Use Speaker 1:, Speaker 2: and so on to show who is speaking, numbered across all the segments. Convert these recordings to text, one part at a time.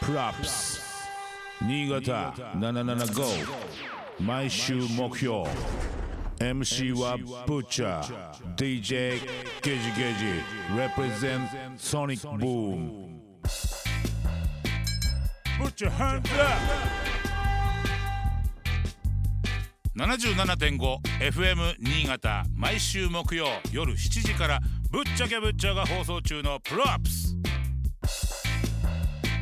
Speaker 1: プラップス新潟775毎週目標 MC はブッチャー DJ ゲジゲジ represent ソニックブーム Put your hands up!
Speaker 2: 77.5FM 新潟毎週木曜夜7時からぶっちゃけぶっちゃが放送中のプロアップス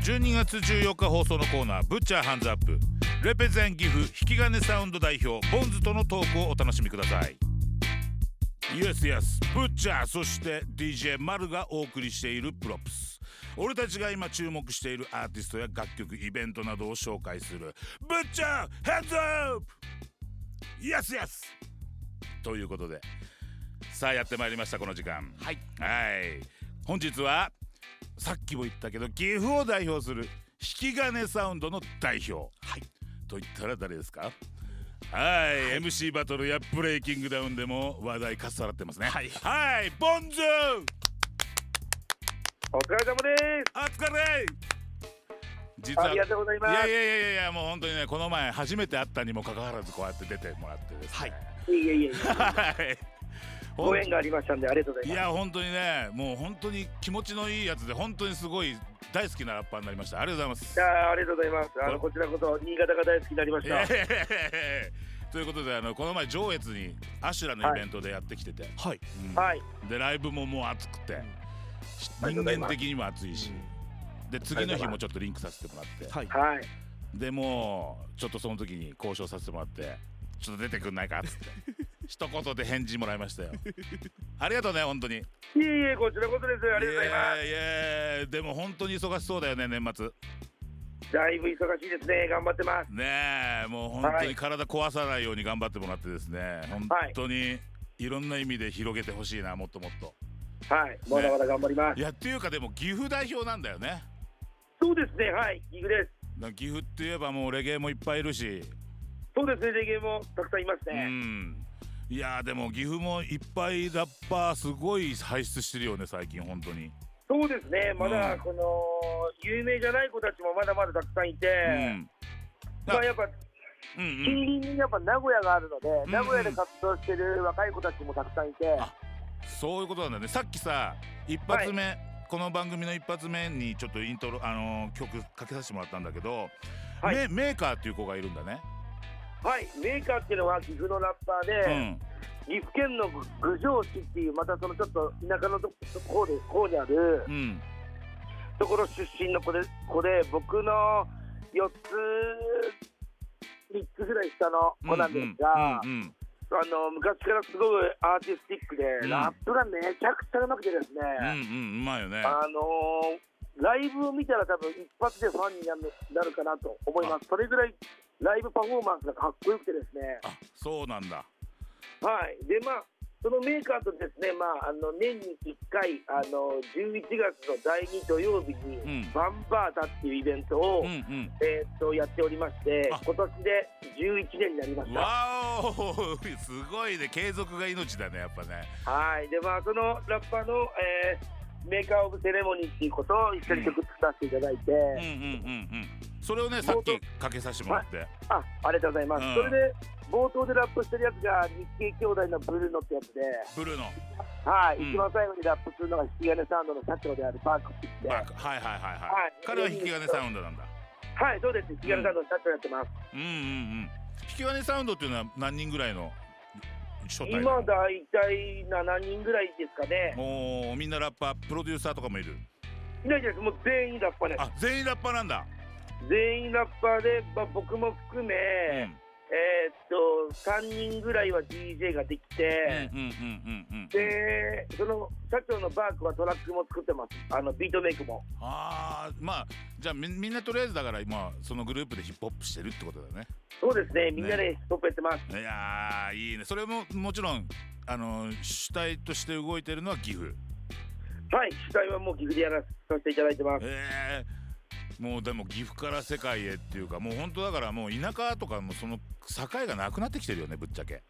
Speaker 2: 12月14日放送のコーナー「ぶっちゃハンズアップ」レペゼン岐阜引き金サウンド代表ボンズとのトークをお楽しみくださいイエスイエスブッチャーそして DJ マルがお送りしているプロプス俺たちが今注目しているアーティストや楽曲イベントなどを紹介するブッチャーヘッズアップイエスイエスということでさあやってまいりましたこの時間
Speaker 3: はい
Speaker 2: はい本日はさっきも言ったけど岐阜を代表する引き金サウンドの代表
Speaker 3: はい
Speaker 2: と言ったら誰ですかはい、MC バトルやブレイキングダウンでも話題かっさらってますね
Speaker 3: はい
Speaker 2: はいボンズ
Speaker 4: お疲れ様です。
Speaker 2: お疲れ実
Speaker 4: ありがとうござい
Speaker 2: い
Speaker 4: ます
Speaker 2: やいやいやいやもう本当にねこの前初めて会ったにもかかわらずこうやって出てもらってですね
Speaker 4: いえいえいえ、
Speaker 2: はい
Speaker 4: ご縁がありましたんで、ありがとうござい
Speaker 2: い
Speaker 4: ます。
Speaker 2: や本当にねもう本当に気持ちのいいやつで本当にすごい大好きなラッパーになりましたありがとうございます
Speaker 4: いやーありがとうございます。あのこちらこそ新潟が大好きになりました。
Speaker 2: えー ということであのこの前上越にアシュラのイベントでやってきてて、
Speaker 3: はい
Speaker 2: うん
Speaker 4: はい。
Speaker 2: でライブももう熱くて人
Speaker 4: ありがとうござい
Speaker 2: 間
Speaker 4: ます
Speaker 2: 的にも熱いしで次の日もちょっとリンクさせてもらって
Speaker 3: はい
Speaker 4: はい。
Speaker 2: でもうちょっとその時に交渉させてもらってちょっと出てくんないかっ つって一言で返事もらいましたよありがとうね本当に
Speaker 4: いえいえ、こちらこそです。ありがとうございま
Speaker 2: いやいやでも本当に忙しそうだよね年末
Speaker 4: す。だいぶ忙しいですね。頑張ってます。
Speaker 2: ねえもう本当に体壊さないように頑張ってもらってですね本当にいろんな意味で広げてほしいなもっともっと
Speaker 4: はい。まだまだ頑張ります。
Speaker 2: いやっていうかでも岐阜代表なんだよね
Speaker 4: そうですね。はい。ギグです。
Speaker 2: だから岐阜って言えばもうレゲエもいっぱいいるし、
Speaker 4: そうですね。レゲエもたくさんいます
Speaker 2: う
Speaker 4: ね。
Speaker 2: んいやーでも岐阜もいっぱいラッパーすごい輩出してるよね最近本当に
Speaker 4: そうですね。ま
Speaker 2: う
Speaker 4: だ
Speaker 2: ん
Speaker 4: この有名じゃない子たちもまだまだたくさんいて、
Speaker 2: うん
Speaker 4: まあやっぱ
Speaker 2: うんう
Speaker 4: 近
Speaker 2: ん
Speaker 4: 隣にやっぱ名古屋があるので、
Speaker 2: ん
Speaker 4: 名古屋で活動してる若い子たちもたくさんいて、
Speaker 2: あそういうことなんだねさっきさ一発目、この番組の一発目にちょっとイントロあのー曲かけさせてもらったんだけど、
Speaker 4: はい
Speaker 2: メメーカーっていう子がいるんだね
Speaker 4: はい。メーカーっていうのは岐阜のラッパーで。
Speaker 2: うん
Speaker 4: 岐阜県の郡上市っていうまたそのちょっと田舎のとこでこうにある
Speaker 2: うん
Speaker 4: ところ出身の子で子で僕の4つ3つぐらい下の子なんですが、
Speaker 2: うんうん
Speaker 4: あの昔からすごいアーティスティックで、
Speaker 2: うん
Speaker 4: ラップがめちゃくちゃうまくてですね、
Speaker 2: うんうんうんうまいよね
Speaker 4: あのーライブを見たら多分一発でファンになるなるかなと思いますそれぐらいライブパフォーマンスがかっこよくてですね
Speaker 2: あそうなんだ
Speaker 4: はい、でまあそのメーカーとですね、まあ、あの年に1回あの11月の第2土曜日に、
Speaker 2: うん
Speaker 4: バンバータっていうイベントを、
Speaker 2: うんうん
Speaker 4: えーっとやっておりまして
Speaker 2: あ
Speaker 4: 今年で11年になりました
Speaker 2: わおすごいね継続が命だねやっぱね
Speaker 4: はいでまあそのラッパーの、えーメーカーオブセレモニーっていうことを一緒に曲作らせていただいて、
Speaker 2: うんうんうんうんそれをねさっきかけさせてもらって
Speaker 4: あありがとうございます、
Speaker 2: うん
Speaker 4: それで冒頭でラップしてるやつが日系兄弟のブルーノってやつで、
Speaker 2: ブルーの
Speaker 4: はい
Speaker 2: うん
Speaker 4: 一番最後にラップするのが引き金サウンドの社長であるパークって言って
Speaker 2: バックはいはいはいは
Speaker 4: はいい
Speaker 2: 彼は引き金サウンドなんだ
Speaker 4: はい、そうです。木原さんの社長やってます。
Speaker 2: うんうんうん引き金サウンドっていうのは何人ぐらいの初体
Speaker 4: 今だいたい7人ぐらいですかね。
Speaker 2: もうみんなラッパープロデューサーとかもいる
Speaker 4: いないです。もう全員ラッパーです。
Speaker 2: あ全員ラッパーなんだ
Speaker 4: 全員ラッパーで、まあ、僕も含め、
Speaker 2: うん
Speaker 4: えーっと3人ぐらいは DJ ができて、
Speaker 2: うんうんうんうんうん
Speaker 4: でその社長のバークはトラックも作ってます。あのビートメイクも。
Speaker 2: ああまあじゃあみみんなとりあえずだから今そのグループでヒップホップしてるってことだよね
Speaker 4: そうですね。みんなでストップやってます。
Speaker 2: いやーいいねそれももちろんあの主体として動いてるのは岐阜
Speaker 4: はい、主体はもうギフでやらさせていただいてます。
Speaker 2: えー、もうでも岐阜から世界へっていうかもう本当だからもう田舎とかもその境がなくなってきてるよねぶっちゃけ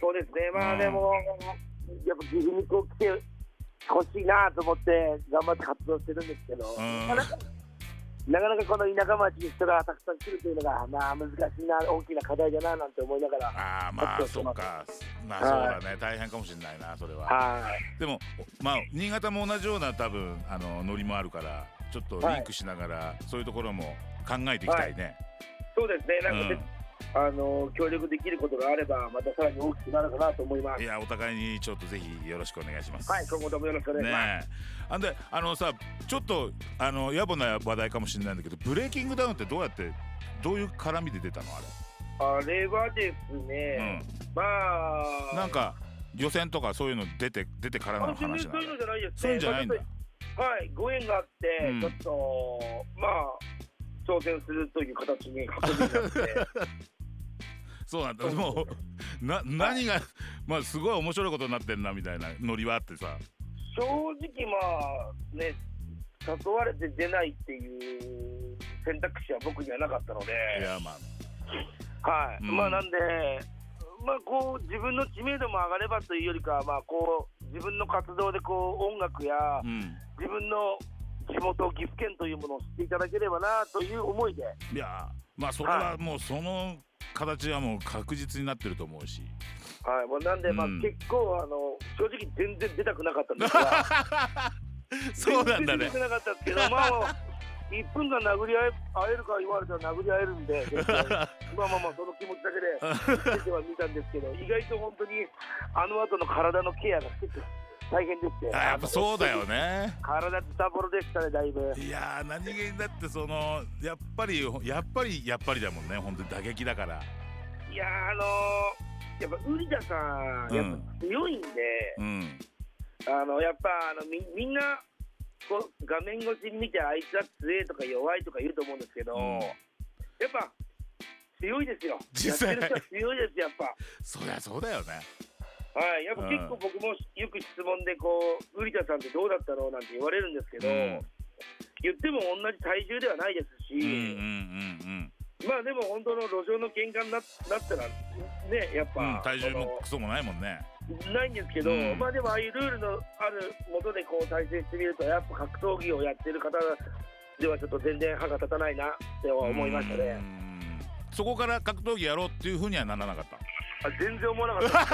Speaker 4: そうですね。
Speaker 2: う
Speaker 4: まあ
Speaker 2: ん
Speaker 4: でも、やっぱギフにこう来てほしいなと思って頑張って活動してるんですけど、
Speaker 2: うん
Speaker 4: まあなんかなかなかこの田舎町に人がたくさん来るというのが、まあ、難しいな、大きな課題だななんて思いながら、
Speaker 2: ああまあそっかまあそうだね大変かもしれないなそれは
Speaker 4: はい、
Speaker 2: でもまあ新潟も同じような多分あのノリもあるからちょっとリンクしながらそういうところも考えていきたいね、
Speaker 4: そうですね、なん
Speaker 2: う
Speaker 4: か、
Speaker 2: ん
Speaker 4: あの協力できることがあれば、またさらに大きくなるかなと思いま
Speaker 2: い
Speaker 4: す。
Speaker 2: やお互いにちょっとぜひよろしくお願いします。
Speaker 4: はい、今後ともよろしくお願いします。
Speaker 2: ねえあんであのさちょっとあの野暮な話題かもしれないんだけどブレイキングダウンってどうやってどういう絡みで出たのあ
Speaker 4: あれはです
Speaker 2: れ、
Speaker 4: ね、まあ
Speaker 2: う、ん、なんか予選とかそういうの出て出てからの
Speaker 4: あ、全
Speaker 2: 話
Speaker 4: 然
Speaker 2: な
Speaker 4: そ
Speaker 2: の
Speaker 4: ういうのじゃないですね。
Speaker 2: そういうんじゃないんだ
Speaker 4: まあちょっとはい、ご縁があって、
Speaker 2: うん
Speaker 4: ちょっと、まあ、挑戦するという形に運びになって。
Speaker 2: そうなんだ
Speaker 4: そう
Speaker 2: もうな何がまあすごい面白いことになってんなみたいなノリはあってさ
Speaker 4: 正直まあね誘われて出ないっていう選択肢は僕にはなかったので、
Speaker 2: いやまあ
Speaker 4: はい
Speaker 2: うん
Speaker 4: まあなんで、まあ、こう自分の知名度も上がればというよりかは、まあ、こう自分の活動でこう音楽や
Speaker 2: うん
Speaker 4: 自分の地元岐阜県というものを知っていただければなという思いで、
Speaker 2: いやまあそれはもうその形はもう確実になってると思う し
Speaker 4: はいまあ、なんで、まあ
Speaker 2: うん
Speaker 4: 結構あの正直全然出たくなかったんです が
Speaker 2: そうなんだ
Speaker 4: 全然
Speaker 2: ね
Speaker 4: 出たくなかったんですけどまあ1分間殴り合え合えるか言われたら殴り合える んで全然まあまあまあその気持ちだけで。出ては見たんですけど、意外と本当にあの後の体のケアが結構大変でして、
Speaker 2: あやっぱそうだよね
Speaker 4: 体ズタボロでしたね、だいぶ。
Speaker 2: いやー何気にだってそのやっぱりやっぱりやっぱりだもんね本当に打撃だから
Speaker 4: いやー、あのー、やっぱウリダさん、やっぱ強いんで、
Speaker 2: うん
Speaker 4: あのやっぱあのみみんなこう画面越しに見て、あいつは強いとか弱いとか言うと思うんですけど、
Speaker 2: うん
Speaker 4: やっぱ強いですよ、やっ
Speaker 2: 実際
Speaker 4: てる人は強いです、やっぱ。
Speaker 2: そりゃそうだよね
Speaker 4: はい、やっぱ結構僕もよく質問でこう、ウリタさんってどうだったのなんて言われるんですけど、
Speaker 2: うん
Speaker 4: 言っても同じ体重ではないですし、
Speaker 2: うんうんうん
Speaker 4: まあでも本当の路上の喧嘩にななったら、ね、やっ
Speaker 2: うん、
Speaker 4: ぱ、
Speaker 2: うん、体重も
Speaker 4: あ
Speaker 2: クソもないもんね
Speaker 4: のないんですけど、
Speaker 2: うん
Speaker 4: まあでもああいうルールのあるもとでこう対戦してみると、やっぱ格闘技をやってる方ではちょっと全然歯が立たないなっては思いました
Speaker 2: う
Speaker 4: ね。
Speaker 2: んそこから格闘技やろうっていうふうにはならなかった
Speaker 4: あ全然思わなかっ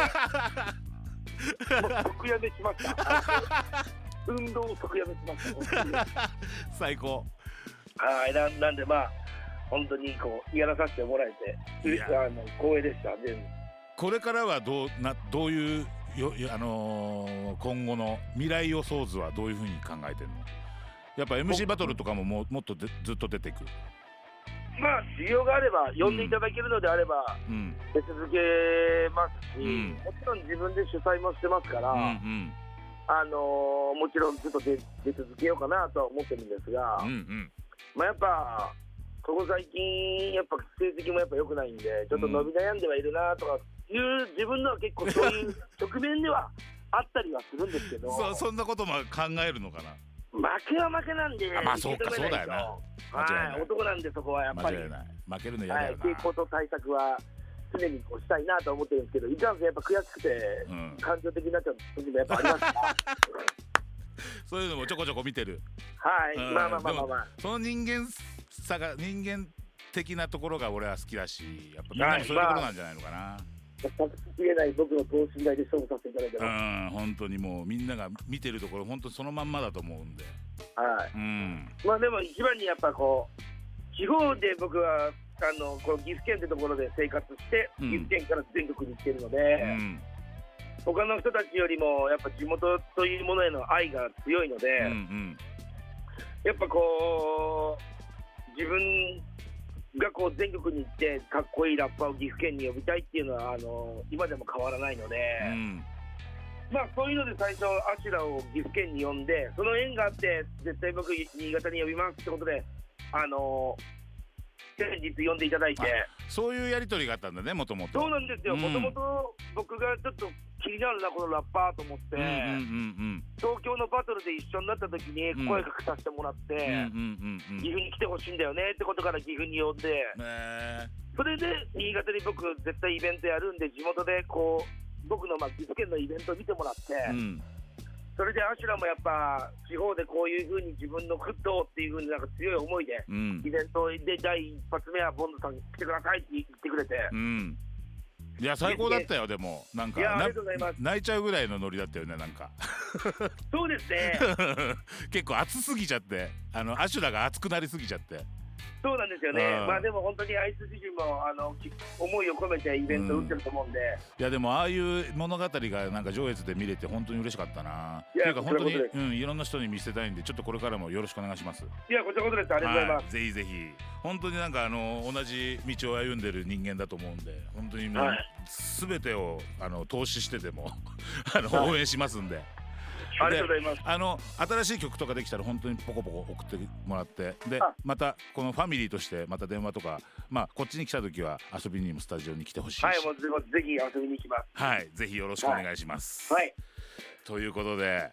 Speaker 4: たですね。もう即やめしました。運動を即やめしました。
Speaker 2: 最高
Speaker 4: はい、なんなんでまあ、本当にこう、やらさせてもらえて、
Speaker 2: いうや
Speaker 4: あの光栄でした、全部。
Speaker 2: これからはどうなどういうよよあのー今後の未来予想図はどういうふうに考えてんのやっぱ MC バトルとかももうもっとでずっと出ていく
Speaker 4: まあ、需要があれば、呼んでいただけるのであれば、
Speaker 2: うん
Speaker 4: 出続けますし、
Speaker 2: うん
Speaker 4: もちろん自分で主催もしてますから、
Speaker 2: うんうん
Speaker 4: あのーもちろんずっと出出続けようかなとは思ってるんですが、
Speaker 2: うんうん
Speaker 4: まあやっぱ、ここ最近、やっぱ成績もやっぱ良くないんで、ちょっと伸び悩んではいるなとかいう、自分のは結構そういう局面ではあったりはするんですけど。
Speaker 2: そそんなことも考えるのかな
Speaker 4: 負けは負けなんで、
Speaker 2: あまあそうか
Speaker 4: 受け止めない
Speaker 2: そう
Speaker 4: と
Speaker 2: だよな間違いない
Speaker 4: はい、男なんでそこはやっぱり
Speaker 2: 間違い、ない負けるの嫌
Speaker 4: は
Speaker 2: だ
Speaker 4: い
Speaker 2: よ、な、
Speaker 4: 傾向と対策は常にこうしたいなと思ってるんですけど、いかんせんやっぱ悔しくて、
Speaker 2: うん、
Speaker 4: 感情的になっちゃう時もやっぱあり ますから、
Speaker 2: そういうのもちょこちょこ見てる
Speaker 4: はい、
Speaker 2: うん
Speaker 4: まあまあまあまあまあ、
Speaker 2: その人間さが人間的なところが俺は好きだしやっぱみん
Speaker 4: は
Speaker 2: ないもそういうところなんじゃないのかな、
Speaker 4: 全く切れない僕の等身大で勝負させていただいてます。
Speaker 2: うん本当にもうみんなが見てるところ本当にそのまんまだと思うんで
Speaker 4: はい
Speaker 2: うん
Speaker 4: まあでも一番にやっぱこう、地方で僕は、あのこの岐阜県ってところで生活して、
Speaker 2: うん
Speaker 4: 岐阜県から全国に行ってるので、
Speaker 2: うん
Speaker 4: 他の人たちよりもやっぱ地元というものへの愛が強いので、
Speaker 2: うんうん
Speaker 4: やっぱこう、自分がこう全国に行って、かっこいいラッパーを岐阜県に呼びたいっていうのは、あの今でも変わらないので、
Speaker 2: うん
Speaker 4: まあそういうので最初、アシュラを岐阜県に呼んで、その縁があって、絶対僕、新潟に呼びますってことで、あの先日呼んでいただいて、
Speaker 2: そういうやり取りがあったんだねもともと
Speaker 4: そうなんですよ、
Speaker 2: うん
Speaker 4: もともと僕がちょっと気になるな、このラッパーと思って、
Speaker 2: うんうん
Speaker 4: 東京のバトルで一緒になった時に
Speaker 2: うん
Speaker 4: 声かけさせてもらって。
Speaker 2: うんうんうんうんうん
Speaker 4: 岐阜に来てほしいんだよねってことから岐阜に呼んで、
Speaker 2: え
Speaker 4: それで新潟に僕、絶対イベントやるんで、地元でこう僕のまあ岐阜県のイベント見てもらって、
Speaker 2: ーうん
Speaker 4: それでアシュラもやっぱ地方でこういうふうに自分のクッドっていうふうになんか強い思いで、
Speaker 2: うん
Speaker 4: イベントで第一発目はボンドさんに来てくださいって言ってくれて、
Speaker 2: うんいや最高だったよでもなんか
Speaker 4: いや
Speaker 2: な
Speaker 4: ありがとうございます
Speaker 2: 泣いちゃうぐらいのノリだったよねなんか
Speaker 4: そうです ね
Speaker 2: 結構熱すぎちゃってあのアシュラが熱くなりすぎちゃって
Speaker 4: そうなんですよね
Speaker 2: うん
Speaker 4: まあでも本当にアイス自身もあのき思いを込めてイベントを打ってると思うんで、
Speaker 2: いやでもああいう物語がなんか上越で見れて本当に嬉しかったないっ
Speaker 4: や
Speaker 2: ていうか本当に
Speaker 4: こちらこ
Speaker 2: うんいろんな人に見せたいんでちょっとこれからもよろしくお願いします
Speaker 4: いやこちらこそですありがとうございます、
Speaker 2: はい、ぜひぜひ本当になんかあの同じ道を歩んでる人間だと思うんで本当にもう
Speaker 4: はい
Speaker 2: 全てをあの投資してでも あの、
Speaker 4: はい
Speaker 2: 応援しますんで
Speaker 4: ありがとうございます
Speaker 2: あの新しい曲とかできたら本当にポコポコ送ってもらってで
Speaker 4: あ
Speaker 2: またこのファミリーとしてまた電話とかまあこっちに来た時は遊びにもスタジオに来てほしいし、
Speaker 4: はいもうぜぜひ遊びに行きま
Speaker 2: はいぜひよろしくお願いします。
Speaker 4: すはい
Speaker 2: ということで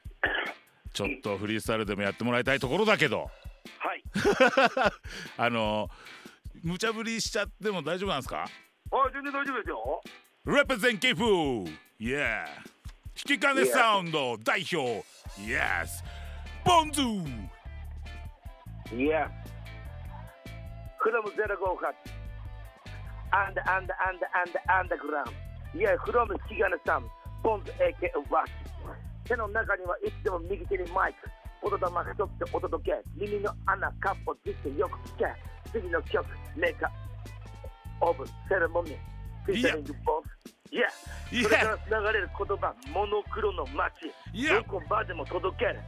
Speaker 2: ちょっとフリースタイルでもやってもらいたいところだけど
Speaker 4: はい
Speaker 2: あの無茶ぶりしちゃっても大丈夫なんですか
Speaker 4: あ全然大丈夫ですよ
Speaker 2: Representative! Yeah! 引き金サウンド代表 Yes! ボンズ
Speaker 4: いや、from zero go cut and and and and underground いや、from 引き金さんボンズ AK ワッチ手の中にはいつでも右手にマイク音玉一つでお届け耳の穴カップをついてよく聞け次の曲メーカーオブセレモニーフィーチャリングボンズいや、
Speaker 2: Yeah
Speaker 4: それから流れる言葉モノクロの街
Speaker 2: Yeah
Speaker 4: どこまでも届ける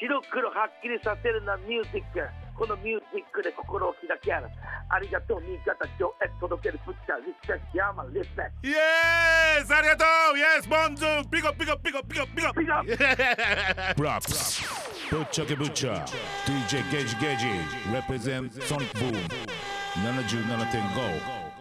Speaker 4: 白黒はっきりさせるなミュージックこのミュージックで心を開けるありがとう新潟上へ届けるブッチャーリスペクトヤーマンリスペクト
Speaker 2: Yes! ありがとう Yes! ボンズピコピコピコピコピコ
Speaker 4: ピコ
Speaker 1: Props. Butcher ke Butcher. DJ Gage Gage. Represent Sonic Boom. 77.5